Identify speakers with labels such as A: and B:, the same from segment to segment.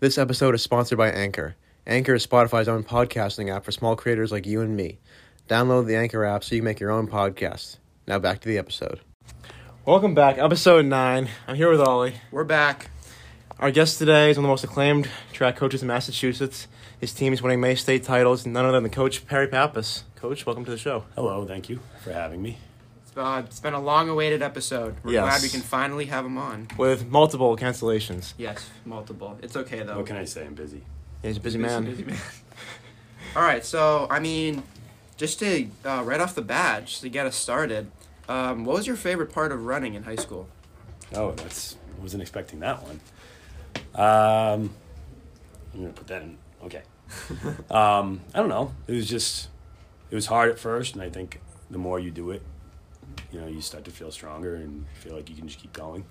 A: This episode is sponsored by Anchor. Anchor is Spotify's own podcasting app for small creators like you and me. Download the Anchor app so you can make your own podcast. Now back to the episode. Welcome back, episode nine. I'm here with Ollie.
B: We're back.
A: Our guest today is one of the most acclaimed track coaches in Massachusetts. His team is winning May state titles, none other than the coach Perry Pappas. Coach, welcome to the show.
C: Hello, thank you for having me.
B: Uh, it's been a long-awaited episode. We're
A: Yes.
B: glad we can finally have him on.
A: With multiple cancellations,
B: Yes, multiple. It's okay though.
C: What can I say? I'm busy.
A: he's a busy
B: Busy,
A: man.
B: busy man. All right, so I mean, just to uh, right off the bat, just to get us started, um, what was your favorite part of running in high school?
C: Oh, that's I wasn't expecting that one. Um, I'm gonna put that in. Okay. um, I don't know. It was just, it was hard at first, and I think the more you do it, you know, you start to feel stronger and feel like you can just keep going.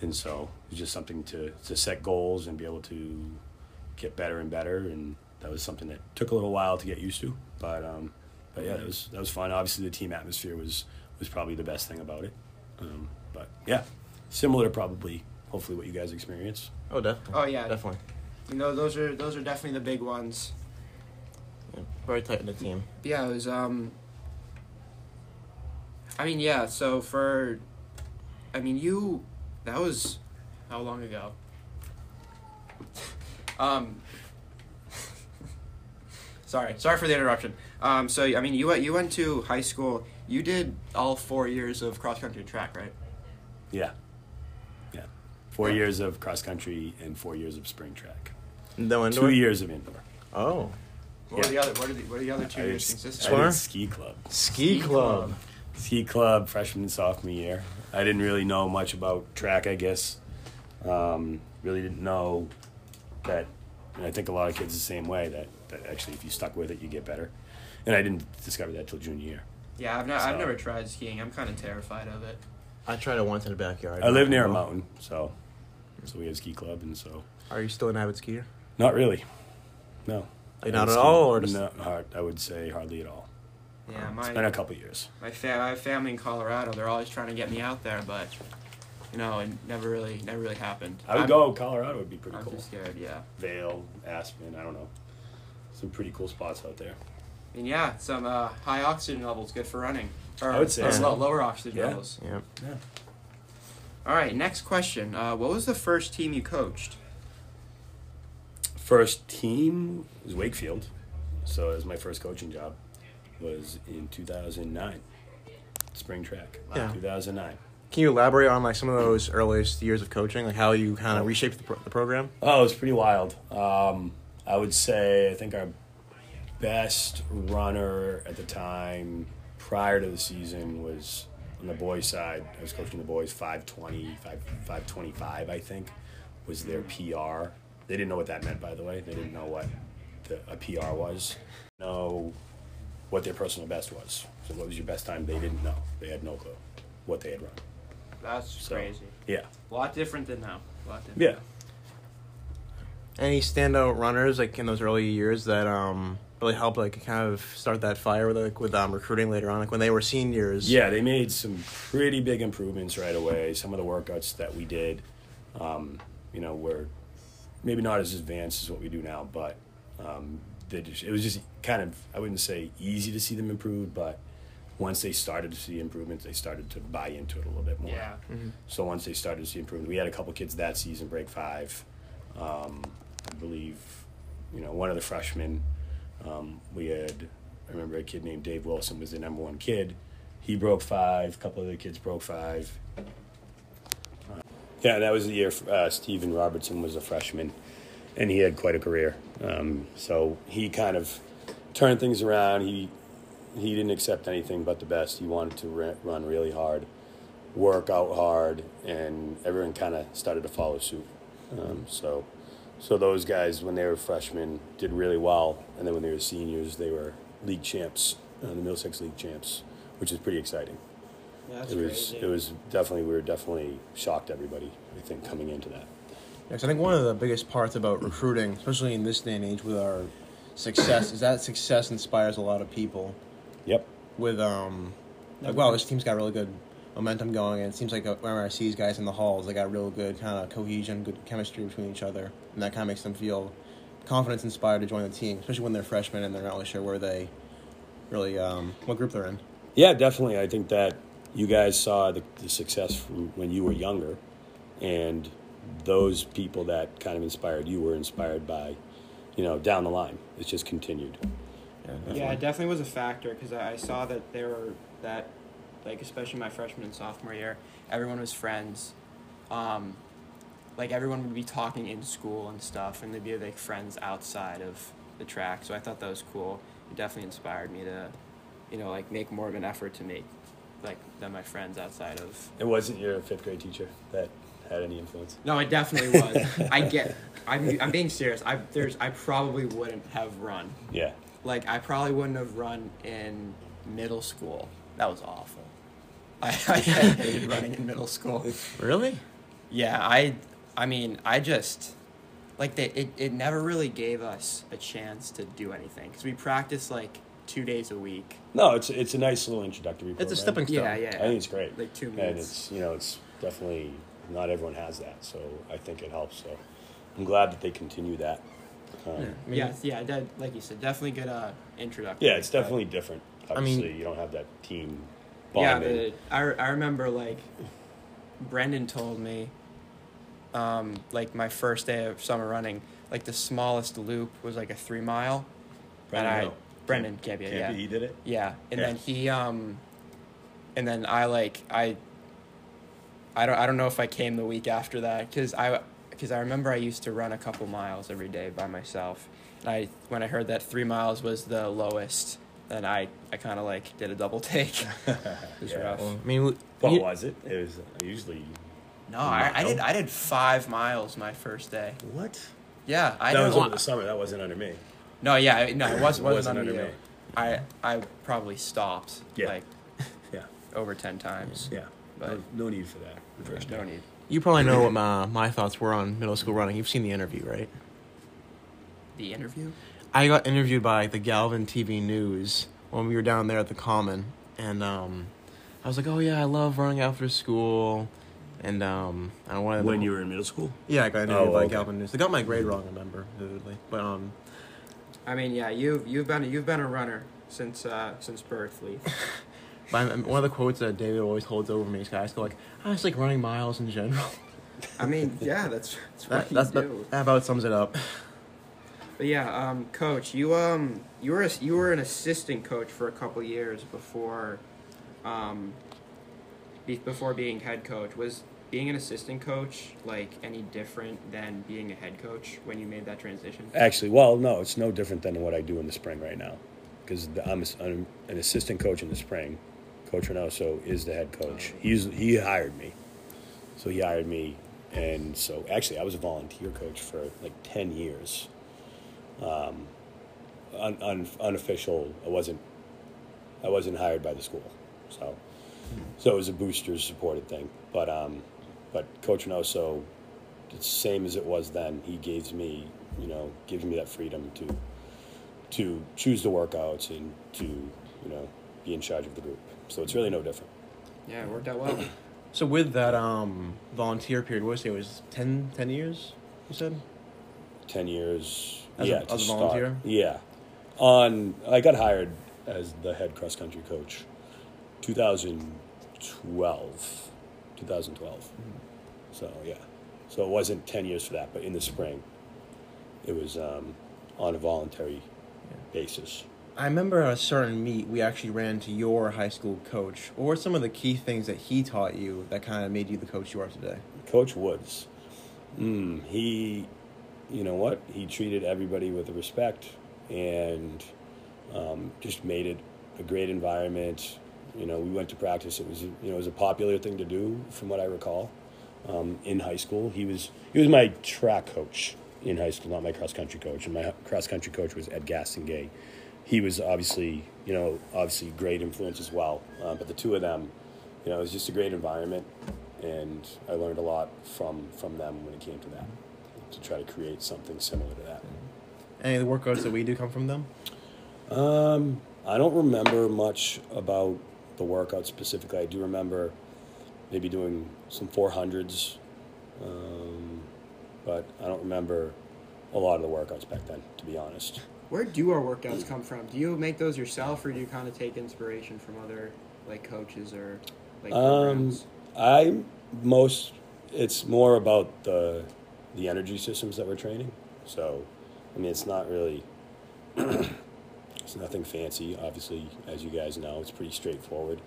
C: And so it's just something to to set goals and be able to get better and better. And that was something that took a little while to get used to, but um, but yeah, that was that was fun. Obviously, the team atmosphere was was probably the best thing about it. Um, but yeah, similar to probably hopefully what you guys experience.
A: Oh, definitely.
B: Oh yeah,
A: Definitely.
B: you know those are those are definitely the big ones.
A: Very tight in the team.
B: But yeah, it was. Um, I mean, yeah. So for, I mean, you, that was, how long ago? um. sorry, sorry for the interruption. Um, so I mean, you went you went to high school. You did all four years of cross country track, right?
C: Yeah, yeah. Four years of cross country and four years of spring track.
A: No indoor.
C: Two years of indoor.
A: Oh,
B: What were
C: Yeah.
B: the other What are the What are the other two
C: I did-
B: years
C: I
B: consisted?
A: Swimmer?
C: did ski club.
A: ski, club.
C: ski club freshman and sophomore year. I didn't really know much about track, I guess. Um, really didn't know that, and I think a lot of kids the same way that, that actually if you stuck with it, you get better. And I didn't discover that till junior year.
B: Yeah, I've not, I've
C: So-
B: never tried skiing. I'm kind of terrified of it.
A: I tried it once in the backyard.
C: I live near a mountain, so so we had ski club, and so
A: Are you still an avid skier?
C: not really, no,
A: Like, not at all, or just-
C: no, hard, I would say hardly at all.
B: Yeah,
C: It's
B: my
C: been a couple years.
B: my, fa- my family in Colorado, they're always trying to get me out there, but you know, it never really, never really happened.
C: I would
B: I'm-
C: go. Colorado would be pretty
B: I'm
C: cool.
B: too scared. Yeah,
C: Vale, Aspen, I don't know, some pretty cool spots out there.
B: and yeah, some uh, high oxygen levels, good for running. Or,
C: I would say
B: or
C: so.
B: low- lower oxygen
C: Yeah.
B: levels.
A: Yeah.
B: All right, next question. Uh, what was the first team you coached?
C: first team was Wakefield. So it was my first coaching job was in 2009. Spring track.
A: Yeah.
C: 2009.
A: Can you elaborate on like some of those earliest years of coaching, like how you kind of reshaped the, pro- the program?
C: Oh, it was pretty wild. Um, I would say I think our best runner at the time prior to the season was on the boys' side. I was coaching the boys 520, 5, 525, I think, was their PR. They didn't know what that meant, by the way. They didn't know what the, a PR was. No what their personal best was. So what was your best time? They didn't know. They had no clue what they had run.
B: That's
C: So, Yeah.
B: A lot different than now. A lot different.
C: Yeah.
A: Any standout runners like in those early years that um really helped like kind of start that fire with like with um, recruiting later on, like when they were seniors?
C: Yeah, they made some pretty big improvements right away. Some of the workouts that we did, um, you know, were maybe not as advanced as what we do now, but um, they just, it was just kind of, I wouldn't say easy to see them improve, but once they started to see improvements, they started to buy into it a little bit more.
B: Yeah.
C: So once they started to see improvement, we had a couple kids that season break five. Um, I believe, you know, one of the freshmen. Um, we had, I remember a kid named Dave Wilson was the number one kid. He broke five. A couple of the kids broke five. Uh, yeah, that was the year uh, Steven Robertson was a freshman, and he had quite a career. Um, so he kind of turned things around. He he didn't accept anything but the best. He wanted to re- run really hard work out hard, and everyone kind of started to follow suit. Um, so, so those guys when they were freshmen did really well, and then when they were seniors, they were league champs, uh, the Middlesex League champs, which is pretty exciting.
B: That's
C: it was it was definitely we were definitely shocked everybody I think coming into that.
A: Yes, I think one of the biggest parts about recruiting, especially in this day and age with our success, is that success inspires a lot of people.
C: Yep.
A: With um, like wow, this team's got really good momentum going, and it seems like whenever I see these guys in the halls, they got real good kind of cohesion, good chemistry between each other, and that kind of makes them feel confidence inspired to join the team, especially when they're freshmen and they're not really sure where they really um, what group they're in.
C: Yeah, definitely. I think that you guys saw the, the success from when you were younger, and those people that kind of inspired you were inspired by, you know, down the line. It's just continued.
B: Yeah, it definitely was a factor because I, I saw that there were that, like especially my freshman and sophomore year, everyone was friends, um, like everyone would be talking in school and stuff, and they'd be like friends outside of the track. So I thought that was cool. It definitely inspired me to, you know, like make more of an effort to make, like than my friends outside of.
C: It wasn't your fifth grade teacher that had any influence.
B: No, it definitely was. I get. I'm, I'm being serious. I there's I probably wouldn't have run
C: Yeah.
B: like I probably wouldn't have run in middle school. That was awful. I, I hated running in middle school.
A: Really?
B: Yeah, I I mean, I just like they it, it never really gave us a chance to do anything cuz we practiced like 2 days a week.
C: No, it's it's a nice little introductory. Program.
A: It's a stepping stone.
B: Yeah, yeah.
C: I think it's great.
B: Like 2
C: and
B: minutes.
C: it's you know it's definitely not everyone has that, so I think it helps. So I'm glad that they continue that. Um, yeah.
A: I mean,
B: yeah, yeah, that, like you said, definitely good uh introduction.
C: it's definitely different.
A: mean-
C: Obviously, you don't have that team
B: Yeah,
C: bonding.
B: the, I, I remember like Brendan told me, um, like my first day of summer running, like the smallest loop was like a three mile.
C: Brendan
B: and I,
C: who?
B: Brendan Gabbia,
C: Can't
B: yeah,
C: be- he did it.
B: yeah, and
C: Yeah.
B: then he um, and then I like I. I don't I don't know if I came the week after that because I because I remember I used to run a couple miles every day by myself. And I when I heard that three miles was the lowest, then I I kind of like did a double take. it was
C: Yeah.
B: rough.
A: I mean, we-
C: What
A: you-
C: was it? It was usually
B: No, I, I
C: Mile?
B: did. I did five miles my first day.
C: what?
B: Yeah, I
C: that was
B: know.
C: over the summer. That wasn't under me.
B: no, yeah, I- no, it was, wasn't,
C: Wasn't
B: under
C: under
B: you.
C: me.
B: I I probably stopped
C: Yeah.
B: like
C: Yeah,
B: over ten times.
C: yeah.
B: But-
C: no, no need for that. The first
B: No
C: day.
B: need.
A: you probably know what my, my thoughts were on middle school running. You've seen the interview, right?
B: The interview.
A: I got interviewed by the Galvin TV News when we were down there at the Common, and um, I was like, "Oh yeah, I love running after school," and um, I wanted
C: When you were in middle school,
A: yeah, I got interviewed
C: Oh,
A: by
C: okay.
A: Galvin News. They got my grade wrong, I remember vividly, but um,
B: I mean, yeah, you've you've been you've been a runner since uh since birth, Lee.
A: but I'm- one of the quotes that David always holds over me is high school, like, "I just like running miles in general."
B: I mean, yeah, that's that's what
A: That,
B: you
A: that's,
B: do.
A: that, that about sums it up.
B: But yeah, um, coach, you um, you were a, you were an assistant coach for a couple years before, um, be, before being head coach. Was being an assistant coach like any different than being a head coach when you made that transition?
C: Actually, well, no, it's no different than what I do in the spring right now, because I'm, a- I'm an assistant coach in the spring. Coach Renoso is the head coach. He's he hired me, so he hired me, and so actually I was a volunteer coach for like ten years. Um, un, un, unofficial. I wasn't. I wasn't hired by the school, so so it was a boosters supported thing. But um, but Coach Renoso the same as it was then. He gives me, you know, gives me that freedom to to choose the workouts and to, you know, be in charge of the group. So it's really no different.
B: Yeah, it worked out well.
A: So with that um, volunteer period, what was it? It was 10, 10 years. You said
C: Ten years,
A: As a-
C: yeah,
A: as
C: to
A: a
C: start.
A: volunteer?
C: yeah. On I got hired as the head cross country coach, 2012, 2012. So yeah, so it wasn't ten years for that, but in the spring, it was um, on a voluntary basis.
A: I remember at a certain meet we actually ran into your high school coach. What were some of the key things that he taught you that kind of made you the coach you are today?
C: Coach Woods, mm, he, you know what? He treated everybody with respect and um, just made it a great environment. You know, we went to practice. It was you know it was a popular thing to do, from what I recall, um, in high school. He was he was my track coach in high school, not my cross country coach. And my cross country coach was Ed Gastingay. He was obviously you know obviously great influence as well. Uh, but the two of them, you know, it was just a great environment, and I learned a lot from from them when it came to that to try to create something similar to that.
A: Any of the workouts that we do come from them?
C: Um, I don't remember much about the workout specifically. I do remember maybe doing some 400s. Um, but I don't remember a lot of the workouts back then, to be honest.
B: Where do our workouts come from? Do you make those yourself, or do you kind of take inspiration from other like coaches or like
C: Um,
B: programs?
C: I most it's more about the the energy systems that we're training. So, I mean, it's not really it's nothing fancy. Obviously, as you guys know, it's pretty straightforward.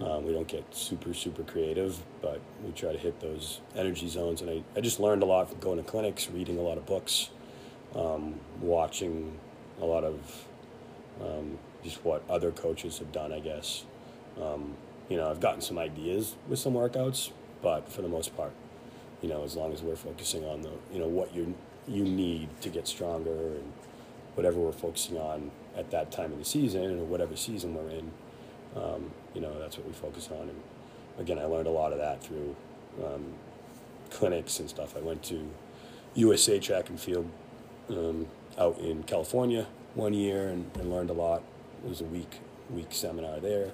C: Um, we don't get super super creative, but we try to hit those energy zones. And I, I just learned a lot from going to clinics, reading a lot of books, um, watching a lot of um, just what other coaches have done, I guess. Um, you know, I've gotten some ideas with some workouts, but for the most part, you know, as long as we're focusing on the, you know, what you you need to get stronger and whatever we're focusing on at that time of the season or whatever season we're in, um, you know, that's what we focus on. And again, I learned a lot of that through um, clinics and stuff. I went to USA Track and Field um, out in California one year and, and learned a lot. It was a week week seminar there,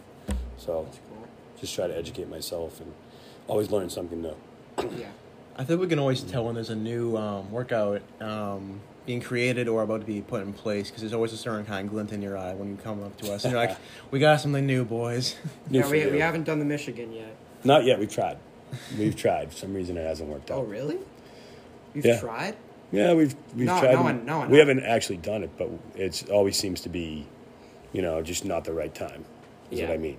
C: so
B: That's cool.
C: just try to educate myself and always learn something new.
B: Yeah.
A: I think we can always tell when there's a new um, workout um, being created or about to be put in place because there's always a certain kind of glint in your eye when you come up to us. And you're like, we got something new, boys.
C: New
B: yeah,
C: for
B: we,
C: you.
B: we haven't done the Michigan yet.
C: Not yet. We've tried. We've tried. For some reason, it hasn't worked out.
B: Oh, really? You've
C: Yeah.
B: tried?
C: Yeah, we've we've
B: No,
C: tried.
B: no one- no one-
C: we haven't actually done it, but it's always seems to be, you know, just not the right time. Is
B: Yeah.
C: what I mean.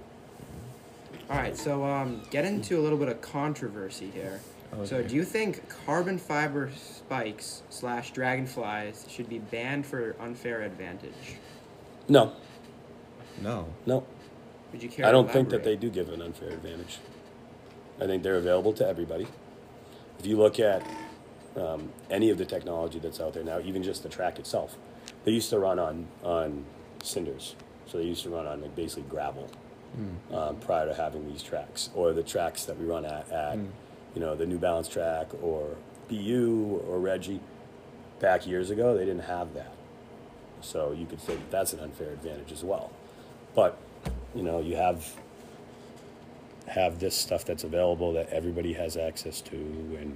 B: All right, so um, get into a little bit of controversy here. So,
C: Oh,
A: Okay.
B: do you think carbon fiber spikes slash dragonflies should be banned for unfair advantage?
C: No,
A: No.
C: no,
B: Would you care?
C: I
B: to
C: don't think that they
B: elaborate?
C: do give an unfair advantage. I think they're available to everybody. If you look at um, any of the technology that's out there now, even just the track itself, they used to run on on cinders, so they used to run on like basically gravel. um, prior to having these tracks or the tracks that we run at, at you know the New Balance track or BU or Reggie back years ago they didn't have that so you could say that that's an unfair advantage as well but you know you have have this stuff that's available that everybody has access to and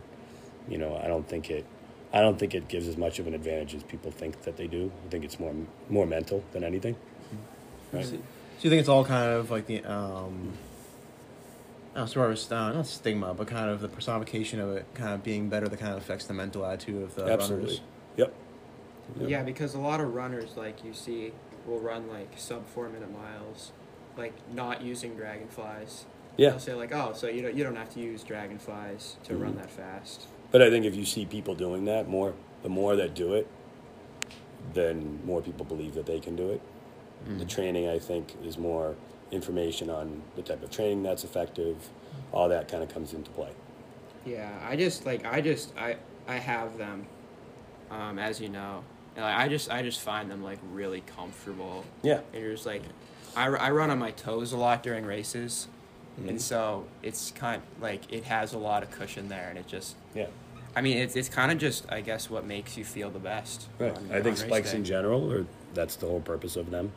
C: you know I don't think it I don't think it gives as much of an advantage as people think that they do I think it's more more mental than anything right?
A: So you think it's all kind of like the um, oh, sort of uh, not stigma, but kind of the personification of it, kind of being better that kind of affects the mental attitude of the
C: absolutely
A: runners.
C: yep do.
B: Yeah, because a lot of runners, like you see, will run like sub four minute miles, like not using dragonflies.
C: yeah
B: They'll say like, oh, so you don't you don't have to use dragonflies to
C: Mm-hmm.
B: run that fast.
C: But I think if you see people doing that more, the more that do it, then more people believe that they can do it. The training, I think, is more information on the type of training that's effective. All that kind of comes into play.
B: Yeah, I just like I just I I have them, um, as you know, and like, I just I just find them like really comfortable.
C: Yeah.
B: and you're just like I, I run on my toes a lot during races
C: Mm-hmm.
B: and so it's kind like it has a lot of cushion there and it just
C: Yeah.
B: i mean it's, it's kind of just i guess what makes you feel the best
C: Right.
B: on-
C: I
B: on
C: think
B: race
C: spikes
B: day.
C: in general, or that's the whole purpose of them.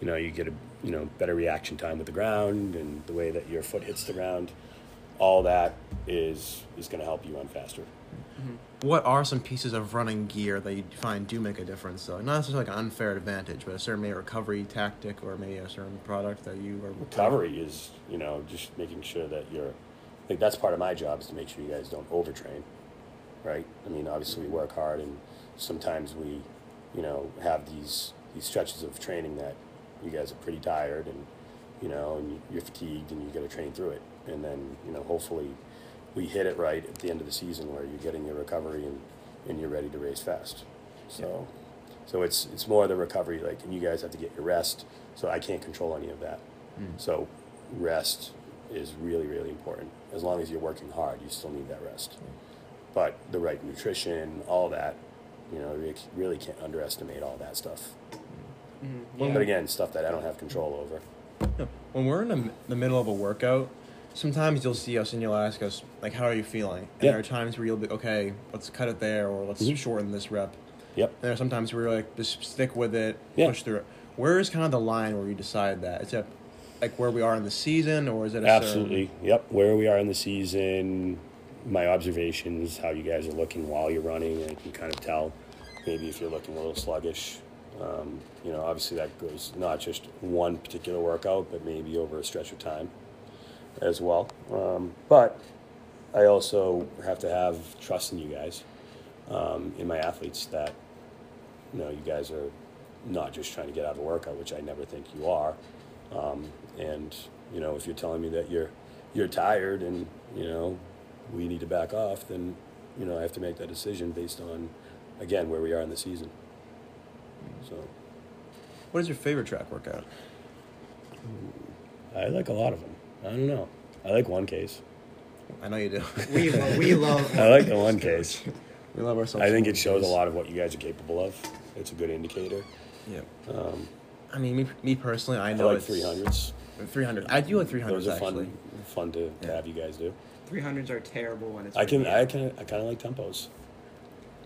C: You know, you get a you know better reaction time with the ground and the way that your foot hits the ground. All that is is going to help you run faster.
A: What are some pieces of running gear that you find do make a difference, though? Not necessarily like an unfair advantage, but a certain maybe recovery tactic or maybe a certain product that you are
C: recovery is you know just making sure that you're I think that's part of my job is to make sure you guys don't overtrain right i mean obviously we work hard and sometimes we you know have these these stretches of training that you guys are pretty tired and you know and you- you're fatigued and you got to train through it and then you know hopefully we hit it right at the end of the season where you're getting your recovery and and you're ready to race fast so so it's it's more the recovery, like, and you guys have to get your rest. So I can't control any of that. So rest is really really important. As long as you're working hard, you still need that rest. But the right nutrition, all that, you know, you c- really can't underestimate all that stuff.
B: Mhm,
C: But
B: yeah.
C: again, stuff that I don't have control over.
A: When we're in the, the middle of a workout, sometimes you'll see us and you'll ask us, like, how are you feeling? And
C: Yeah.
A: there are times where you'll be, okay, let's cut it there or let's
C: Mhm.
A: shorten this rep.
C: Yep.
A: And there are sometimes where you're like, just stick with it,
C: Yeah.
A: push through it. Where is kind of the line where you decide that? It's a like where we are in the season, or is it a certain-
C: Absolutely. Yep. Where we are in the season, my observations, how you guys are looking while you're running, and I can kind of tell maybe if you're looking a little sluggish. Um, you know, obviously that goes not just one particular workout, but maybe over a stretch of time as well. Um, but I also have to have trust in you guys, um, in my athletes, that you know you guys are not just trying to get out of a workout, which I never think you are. Um, and you know, if you're telling me that you're you're tired and you know we need to back off, then you know I have to make that decision based on again where we are in the season. So
A: What is your favorite track workout?
C: I like a lot of them. I don't know. I like one case.
A: I know you do.
B: We, lo- we love.
C: I like the one case.
A: we love ourselves.
C: I think
A: some
C: it shows a
A: days.
C: lot of what you guys are capable of. It's a good indicator.
A: Yeah.
C: Um,
A: I mean, me, me personally, I
C: I
A: know
C: like
A: it's
C: three hundreds.
A: 300. I do like 300s
C: Those are
A: actually.
C: fun, fun to, to
A: Yeah.
C: have you guys do.
B: 300s are terrible when it's.
C: I can, I
B: repeated.
C: can, I kind of like tempos.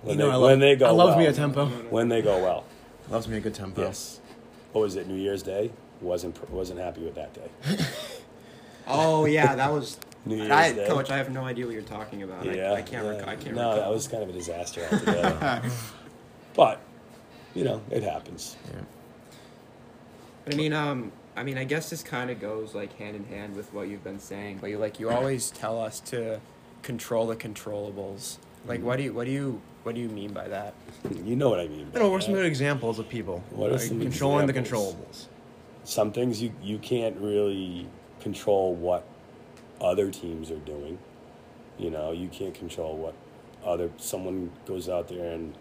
A: You
C: When,
A: know,
C: they,
A: I love,
C: when they go,
A: I love me
C: well.
A: a tempo.
C: When they go well,
A: Loves me a good tempo.
C: yes. What was Oh, it? New Year's Day wasn't pr- wasn't happy with that day.
B: Oh yeah, that was.
C: New Year's
B: I,
C: Day.
B: Coach, I have no idea what you're talking about.
C: yeah,
B: I, I can't.
C: yeah.
B: Rec- I can't.
C: No, that
B: recall.
C: was kind of a disaster altogether. but you know, it happens.
A: Yeah.
B: But I mean, um, I mean, I guess this kind of goes like hand in hand with what you've been saying. But you like you always tell us to control the controllables. Like, what do you, what do you, what do you mean by that?
C: You know what I mean. by
A: You know, what are some
C: that.
A: good examples of people
C: What are
A: Like,
C: some
A: controlling
C: examples?
A: the
C: some things you, you can't really control what other teams are doing. You know, you can't control what other someone goes out there and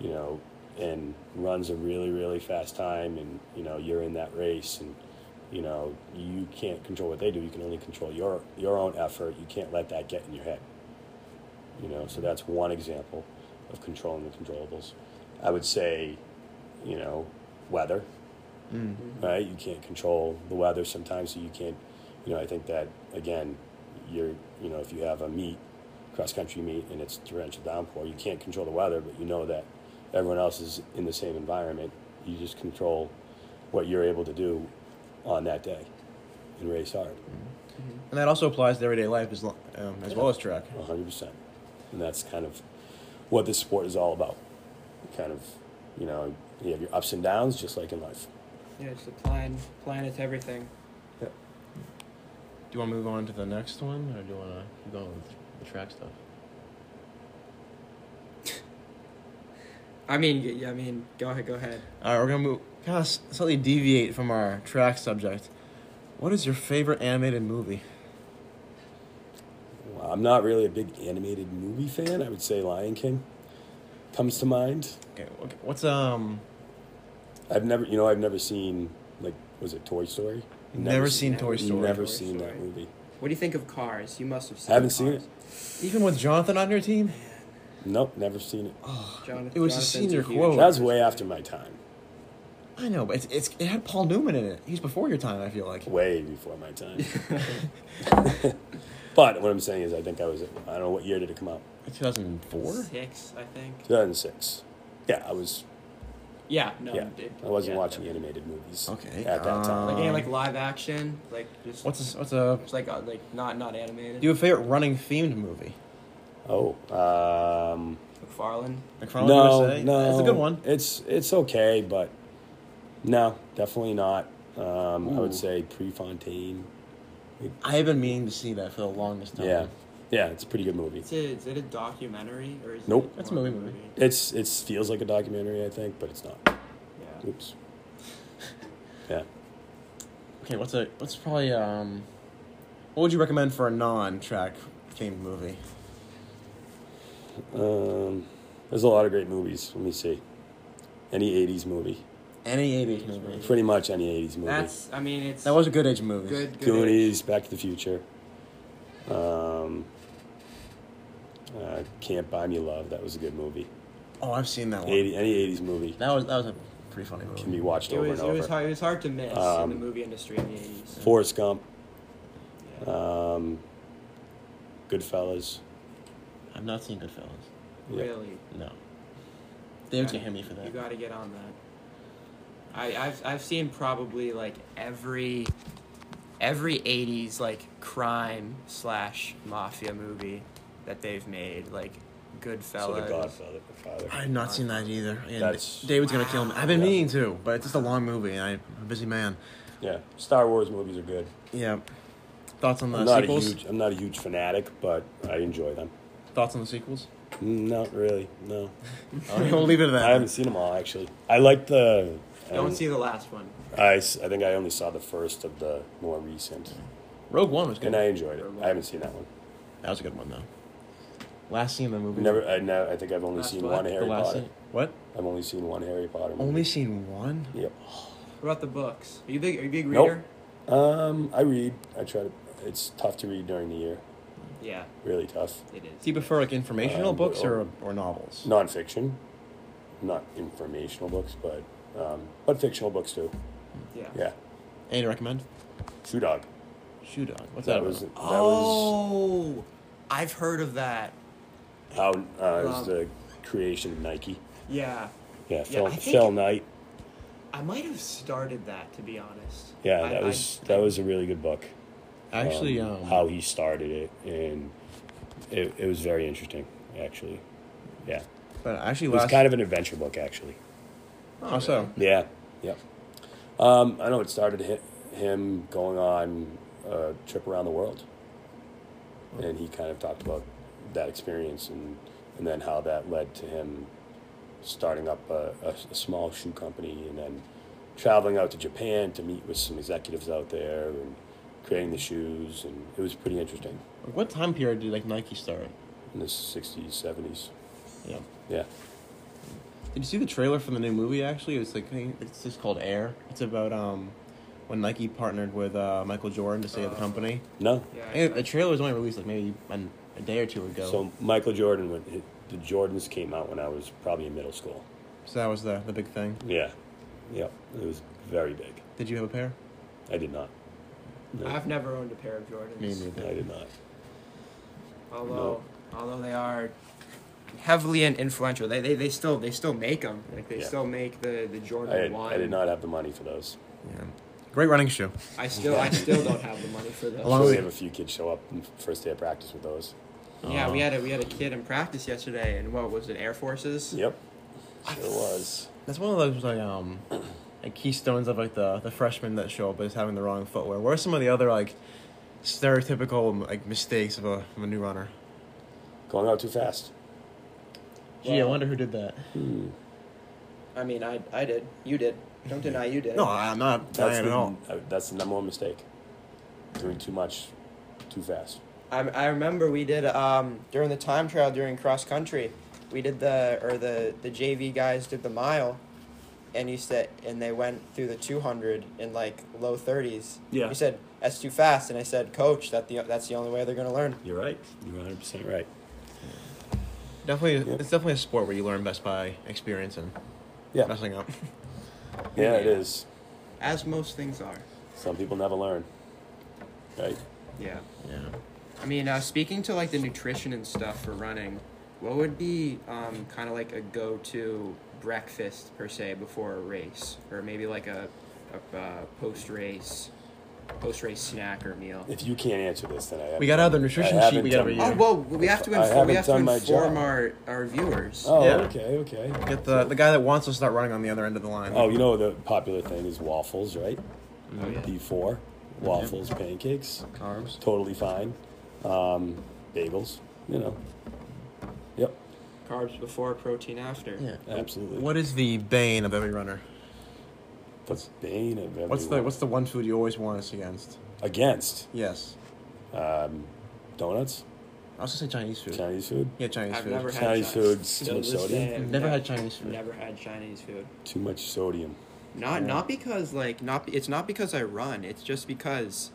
C: you know and runs a really really fast time and you know you're in that race and you know you can't control what they do you can only control your your own effort you can't let that get in your head you know so that's one example of controlling the controllables i would say you know weather
A: controllables.
C: right? You can't control the weather sometimes, so you can't, you know, I think that, again, you're, you know, if you have a meet, cross country meet, and it's torrential downpour, you can't control the weather, but you know that everyone else is in the same environment. You just control what you're able to do on that day and race hard,
A: And that also applies to everyday life as, lo- um, as well as track.
C: 100%. And that's kind of what this sport is all about. Kind of, you know, you have your ups and downs just like in life.
B: Yeah, it's the plan. Plan is everything.
A: Do you want to move on to the next one, or do you want to keep going with the track stuff?
B: I mean, y- yeah, I mean, go ahead, go ahead.
A: All right, we're gonna move kind of slightly deviate from our track subject. What is your favorite animated movie?
C: Well, I'm not really a big animated movie fan. I would say Lion King comes to mind.
A: Okay, okay what's um?
C: I've never, you know, I've never seen like was it Toy Story?
A: Never seen Toy Story.
C: Never
B: Toy
C: seen that
B: Story.
C: movie.
B: What do you think of Cars? You must have seen.
C: I haven't seen
B: Cars.
C: it.
A: Even with Jonathan on your team, Oh,
C: Nope, never seen it.
B: Jonathan,
A: It was a
B: Jonathan's
A: senior
B: huge
A: quote.
C: That was way after my time.
A: I know, but it's, it's it had Paul Newman in it. He's before your time, I feel like.
C: Way before my time. but what I'm saying is, I think I was. I don't know what year did it come out.
A: 2004.
B: Six, I think.
C: 2006. Yeah, I was.
B: Yeah, no,
C: yeah,
B: it-
C: I wasn't
B: yeah.
C: watching animated movies.
A: Okay,
C: At that time,
B: Like any
A: Um,
B: like live action, like just
A: What's a, what's a?
B: it's like uh, like not not animated.
A: Do you have a favorite running themed movie?
C: oh, um,
B: McFarlane.
A: McFarlane
C: no,
A: USA?
C: no,
A: That's a good one.
C: It's it's okay, but no, definitely not. Um, I would
A: Ooh.
C: say Prefontaine.
A: I have been meaning to see that for the longest time.
C: Yeah, yeah, it's a pretty good movie.
B: It's a, is it a documentary or is
C: Nope.
B: it?
A: That's a
B: more
A: movie movie.
C: It's it feels like a documentary, I think, but it's not.
B: Yeah.
C: Oops. Yeah.
A: Okay, what's a what's probably um? What would you recommend for a non-track themed movie?
C: Um, there's a lot of great movies. Let me see. Any '80s movie?
A: Any 80s movie.
C: Pretty much any '80s movie.
B: That's I mean it's
A: That was a good age movie.
B: good. good
C: Goonies, Back to the Future. Um, uh, Can't Buy Me Love. That was a good movie.
A: Oh, I've seen that one.
C: 80, any '80s movie.
A: That was that was a pretty funny movie.
C: can be watched
B: It
C: over
B: was
C: and
B: it was
C: over.
B: hard it was hard to miss in
C: Um,
B: the movie industry in the eighties.
C: Forrest Gump,
B: yeah.
C: um, Goodfellas.
A: I've not seen Goodfellas.
C: yeah.
B: Really,
A: No. They would
B: Okay.
A: get hit me for
B: you
A: that.
B: got to get on that. I I've I've seen probably like every every '80s like crime slash mafia movie that they've made, like Goodfellas.
C: So the Godfather. The Father.
A: I have not seen that either. And
C: That's-
A: David's gonna kill me. I've been
C: Yeah.
A: meaning to, but it's just a long movie, and I'm a busy man.
C: Yeah, Star Wars movies are good.
A: Yeah. Thoughts on the
C: I'm not
A: sequels?
C: a huge. I'm not a huge fanatic, but I enjoy them.
A: Thoughts on the sequels?
C: Mm, Not really. No,
A: we'll leave it at that.
C: I haven't seen them all actually. I like the. um,
B: Don't see the last one.
C: I, s- I think I only saw the first of the more recent,
A: Rogue One was good.
C: and I enjoyed it. I haven't seen that one.
A: That was a good one though. Last scene of the movie.
C: Never. I, no, I think I've only
B: Last
C: seen
B: one?
C: one
B: The
A: The
C: Harry
A: last
C: Potter.
A: scene- What?
C: I've only seen one Harry Potter. Movie.
A: Only seen one.
C: Yep.
B: What about the books? Are you big? Are you a big
C: Nope.
B: reader?
C: Um, I read. I try to. It's tough to read during the year.
B: Yeah,
C: Really tough.
B: it is.
A: Do you prefer like informational
C: Um,
A: books or,
C: or-
A: or novels?
C: Nonfiction, not informational books, but um, but fictional books too.
B: Yeah.
C: Yeah.
A: Any to recommend?
C: Shoe Dog.
A: Shoe Dog. What's that,
C: That
A: about?
C: was that was
B: Oh, I've heard of that.
C: how uh, it was
B: Um,
C: the creation of Nike.
B: Yeah,
C: Yeah, Phil,
B: I think-
C: Phil Knight.
B: I might have started that to be honest.
C: Yeah,
B: I-
C: that
B: I-
C: was that was a really good book.
A: Actually,
C: um,
A: um,
C: how he started it, and it, it was very interesting, actually. Yeah,
A: but actually
C: it was
A: last.
C: kind of an adventure book, actually.
A: oh, so
C: Yeah, yep. Um, I know it started hi- him going on a trip around the world, and he kind of talked about that experience and and then how that led to him starting up a, a, a small shoe company and then traveling out to Japan to meet with some executives out there and creating the shoes and it was pretty interesting
A: what time period did like Nike start?
C: in the 60s 70s
A: Yeah.
C: yeah
A: Did you see the trailer for the new movie? Actually, it's like it's just called Air. It's about um, when Nike partnered with uh, Michael Jordan to save the
B: Uh,
A: company.
C: no
B: Yeah,
A: I think the trailer was only released like maybe an, a day or two ago. So,
C: so Michael Jordan when the Jordans came out when I was probably in middle school
A: that was the the big thing.
C: Yeah, yep. It was very big.
A: Did you have a pair?
C: I did not. No,
B: I've never owned a pair of Jordans.
A: Me neither.
C: I did not.
B: Although, although they are heavily and influential, they, they, they still they still make them. Like they
C: Yeah.
B: still make the the Jordan
C: I, had-
B: One.
C: I did not have the money for those.
A: Yeah. Great running shoe.
B: I still I still don't have the money for those.
A: Along
C: So
A: with-
C: we have a few kids show up in first day of practice with those.
B: yeah, we
C: Uh-huh.
B: had a we had a kid in practice yesterday, and what was it? Air Forces.
C: Uh-huh. Yep. Sure was.
A: That's one of those like um like keystones of like the the freshmen that show up as having the wrong footwear. What are some of the other like stereotypical like mistakes of a, of a new runner?
C: Going out too fast.
A: Gee, I
B: Well-
A: wonder who did that.
B: I mean, I I did. You did. Don't deny you did.
A: No, I'm not
C: That's
A: dying
C: the,
A: at all.
C: uh, that's the number one mistake. Doing too much, too fast.
B: I, I remember we did um, during the time trial during cross country, we did the or the the JV guys did the mile, and you said and they went through the two hundred in like low thirties.
C: Yeah.
B: You said that's too fast, and I said, Coach, that the that's the only way they're gonna learn.
C: You're right. You're 100 percent right.
A: Definitely,
C: Yep.
A: it's definitely a sport where you learn best by experience and
C: Yeah.
A: messing up.
C: Yeah, it is.
B: As most things are.
C: Some people never learn. Right.
B: Yeah.
A: Yeah.
B: I mean, uh, speaking to like the nutrition and stuff for running, what would be um, kind of like a go to breakfast per se before a race, or maybe like a, a uh, post race, post race snack or meal?
C: If you can't answer this, then I have
A: We got out the nutrition sheet we gotta
B: Oh
A: read.
B: well, we have to
C: I
B: inform, we
C: haven't
B: have to
C: done my
B: inform
C: job.
B: our, our viewers.
C: Oh,
A: Yeah.
C: okay, okay.
A: Get the the guy that wants to start running on the other end of the line.
C: Oh, you know the popular thing is waffles, right?
B: Oh, yeah.
C: D4, waffles, pancakes,
A: carbs.
C: totally fine. Um, bagels, you know. Yep,
B: Carbs before, protein after.
A: Yeah.
C: absolutely.
A: What is the bane of every runner?
C: the bane of everyone.
A: What's the What's the one food you always warn us against?
C: against um,
A: Yes.
C: donuts,
A: I was gonna say Chinese food.
C: Chinese food,
A: Yeah, Chinese
B: I've
A: food.
B: never had
C: Chinese
B: Chi-
C: food,
B: to
C: too much
B: this
C: sodium,
B: day, I've
A: Never
B: ne-
A: had Chinese food.
B: Never had Chinese food.
C: too much sodium.
B: Not not because like not it's not because I run. It's just because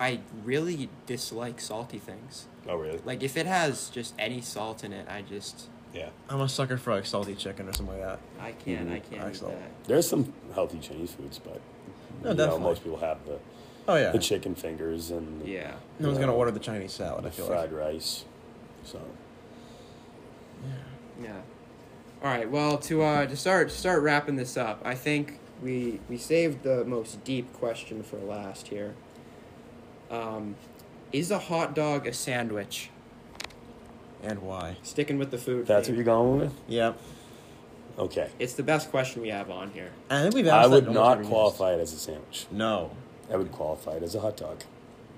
B: I really dislike salty things.
C: Oh, really?
B: Like if it has just any salt in it, I just
C: Yeah.
A: I'm a sucker for like salty chicken or something like that.
B: I can't
C: Mm-hmm.
B: I can't eat
A: Excellent.
B: that.
C: There's some healthy Chinese foods, but
A: No,
C: you know,
A: definitely.
C: most people have the,
A: Oh yeah.
C: the chicken fingers and
A: no
B: Yeah.
A: one's
C: you know,
A: gonna order the Chinese salad. I feel like.
C: fried rice. So,
B: Yeah. All right. Well, to uh, to start start wrapping this up, I think we we saved the most deep question for last here. Um, is a hot dog a sandwich?
A: And why?
B: Sticking with the food.
C: That's
B: theme.
C: what you're going with?
A: Yep.
C: Okay.
B: It's the best question we have on here.
A: I think we've asked
C: I
A: that
C: would
A: almost
C: not
A: every guest.
C: qualify it as a sandwich.
A: No.
C: I would qualify it as a hot dog.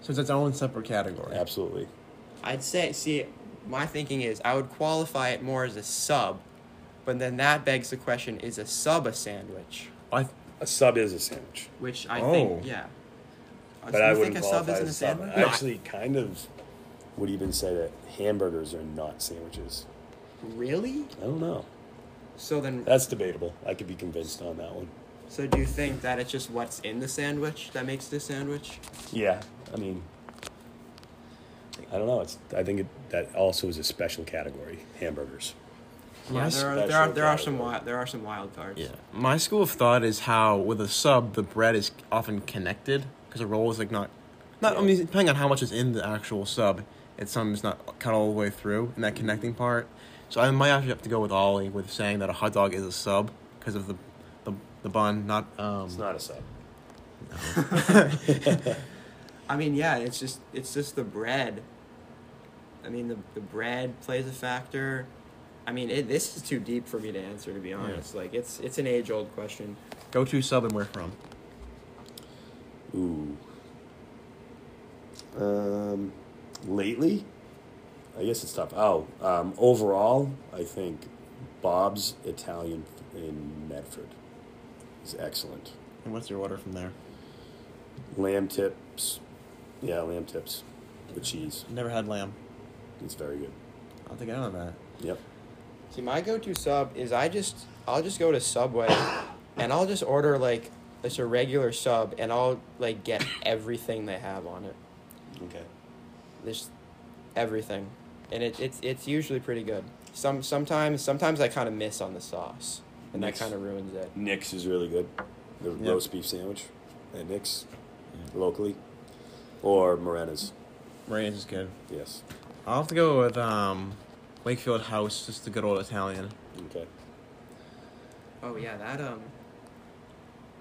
A: So it's its own separate category.
C: Absolutely.
B: I'd say, see, my thinking is I would qualify it more as a sub, but then that begs the question: Is a sub a sandwich?
A: I,
C: A sub is a sandwich.
B: Which I
A: Oh.
B: think, yeah. Uh,
C: But
B: Do
C: I
B: you
C: wouldn't
B: think a sub
C: qualify
B: isn't
C: as
B: a
C: a sub.
B: sandwich?
C: I actually kind of would even say that hamburgers are not sandwiches.
B: really?
C: I don't know.
B: So then,
C: That's debatable. I could be convinced on that one.
B: so do you think that it's just what's in the sandwich that makes the sandwich?
C: Yeah, I mean, I don't know. It's I think it, that also is a special category. Hamburgers.
A: My
B: Yeah, there are, there
C: special
B: are there are some
C: category.
B: wild there are some wild cards.
A: yeah. My school of thought is how with a sub the bread is often connected because a roll is like not, not. I mean, depending on how much is in the actual sub, it's some is not cut all the way through in that connecting part. So I might actually have to go with Ollie with saying that a hot dog is a sub because of the, the, the bun, not um.
C: It's not a sub.
B: I mean, yeah, it's just it's just the bread. I mean, the the bread plays a factor. I mean, it, this is too deep for me to answer, to be honest. Like, it's it's an age old question.
A: Go to sub and where from?
C: Ooh. Um, lately, I guess it's tough. Oh, um, overall, I think Bob's Italian in Medford is excellent.
A: And what's your order from there?
C: Lamb tips, yeah, lamb tips with cheese.
A: Never had lamb.
C: It's very good.
A: I'll take it out on that.
C: Yep.
B: See, my go to sub is I just I'll just go to Subway, and I'll just order like just a regular sub, and I'll like get everything they have on it.
C: Okay.
B: There's everything, and it, it's it's usually pretty good. Some sometimes sometimes I kind of miss on the sauce, and
C: Nice.
B: that kind of ruins it.
C: Nick's is really good. The
A: Yeah.
C: roast beef sandwich at Nick's locally, or Morena's.
A: Ray's is good.
C: Yes.
A: I'll have to go with um, Wakefield House, just the good old Italian.
C: Okay.
B: Oh yeah, that um,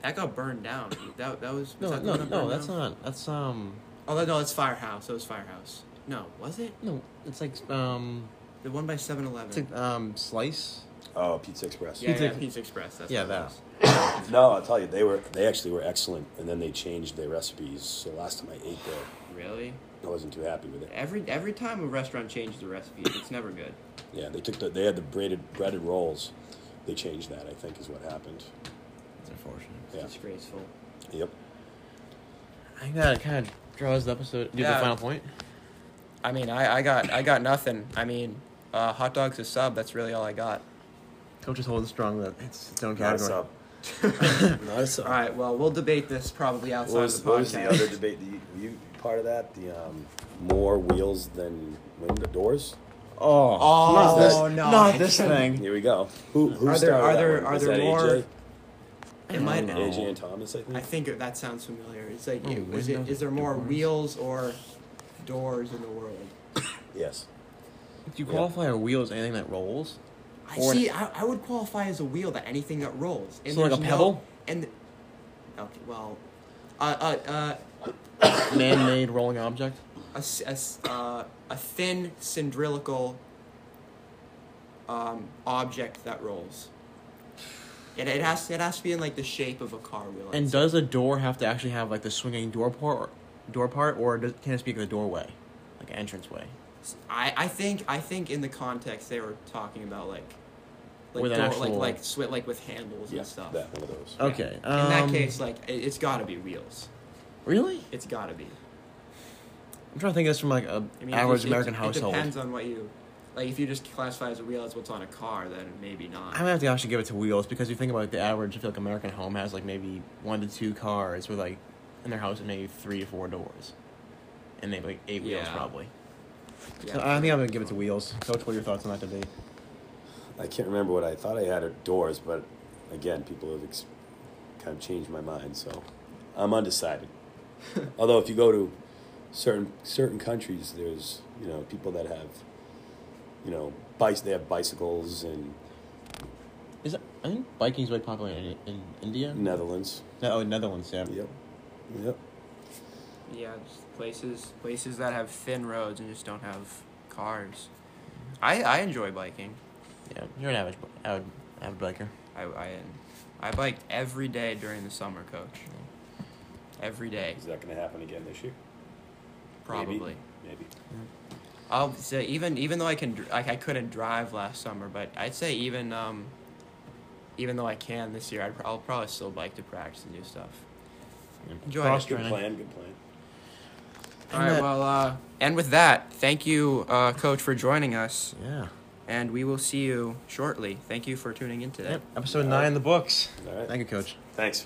B: that got burned down. That that was
A: No, no,
B: was that the one that
A: no,
B: burned
A: that's
B: down?
A: not. That's um,
B: Oh that- no, that's Firehouse. That was Firehouse. No, was it
A: no, it's like um,
B: the one by Seven
A: it's
B: Eleven?
A: like um, slice.
C: Oh, Pizza Express.
B: Yeah,
A: Pizza-
B: yeah, Pizza Express. That's
A: Yeah,
B: what it
A: that.
B: was.
C: No, I'll tell you, they were they actually were excellent, and then they changed their recipes. So last time I ate there,
B: Really?
C: I wasn't too happy with it.
B: Every every time a restaurant changes the recipe, it's never good.
C: Yeah, they took the they had the braided breaded rolls. They changed that, I think, is what happened.
A: It's unfortunate.
B: It's
C: Yeah.
B: disgraceful.
C: Yep.
A: I think that kind of draws the episode. Do you have
B: Yeah.
A: the final point?
B: I mean, I, I got I got nothing. I mean, uh, hot dogs a sub. That's really all I got.
A: Coach is holding strong. That it's its own category.
C: Not a sub.
B: All right. Well, we'll debate this probably outside
C: What was,
B: the podcast.
C: what was the other debate? The, you part of that? The um, more wheels than window doors.
A: Oh,
B: Oh,
A: not this,
B: no.
A: not this thing.
C: Here we go. Who who
B: Are there- are
C: started that
B: there-
C: one?
B: are
C: Was
B: there
C: that
B: more-
C: AJ?
B: It might.
A: No.
C: AJ and Thomas, I think.
B: I think that sounds familiar. It's like,
A: Oh,
B: it- was it?
A: windows,
B: Is there more
A: doors.
B: wheels or doors in the world?
C: yes.
A: Do you qualify a wheel as anything that rolls?
B: I
A: Or-
B: see. I, I would qualify as a wheel that anything that rolls.
A: So like a
B: there's
A: pebble?
B: and okay, well, uh, uh, uh,
A: Man-made rolling object.
B: a, s- a s- uh, a thin cylindrical um, object that rolls. It, it has it has to be in like the shape of a car wheel.
A: And does a door have to actually have like the swinging door part, or, door part, or does, can it just be like a doorway, like an entrance way?
B: I, I think I think in the context they were talking about like like
A: With an
B: door, like
A: actual-
B: like swi- like with handles
C: Yeah,
B: and stuff.
C: that one of those.
B: Yeah.
A: Okay,
B: In that
A: um,
B: case, like it, it's got to be wheels.
A: Really?
B: It's got to be.
A: I'm trying to think of this from like a
B: I mean,
A: average
B: it- it-
A: American
B: it,
A: household.
B: depends on what you like. If you just classify as a wheel as what's on a car, then maybe not.
A: I might have to actually give it to wheels because you think about like, the average, I feel like American home has like maybe one to two cars with like in their house maybe three to four doors, and they have like eight wheels
B: Yeah.
A: probably.
B: Yeah.
A: So I think I'm gonna give it to wheels. Coach, what are your thoughts on that debate?
C: I can't remember what I thought I had at doors, but again, people have ex- kind of changed my mind, so I'm undecided. Although, if you go to certain certain countries, there's you know people that have you know bice they have bicycles in
A: Is that, I think biking's really
C: Mm. Mm-hmm.
A: popular in, in India.
C: Netherlands.
A: No, oh, Netherlands, yeah.
C: Yep, yep.
B: yeah, just places places that have thin roads and just don't have cars. I I enjoy biking.
D: Yeah, you're an average, average, average biker.
B: I I I biked every day during the summer, coach. Every day,
C: Is that going to happen again this year?
B: probably.
C: Maybe.
B: I'll say even even though I can dr- like I couldn't drive last summer, but I'd say even um, even though I can this year, I'd, pro- I'll probably still bike to practice and do stuff.
D: Yeah.
B: Enjoy.
D: Cross
B: it.
C: Good
D: Training.
C: plan. Good plan.
B: All right. Well, uh, and with that, thank you, uh, coach, for joining us,
D: Yeah.
B: and we will see you shortly. Thank you for tuning in today.
D: Yep. Episode nine in the books.
C: All right.
A: Thank you, coach.
C: Thanks.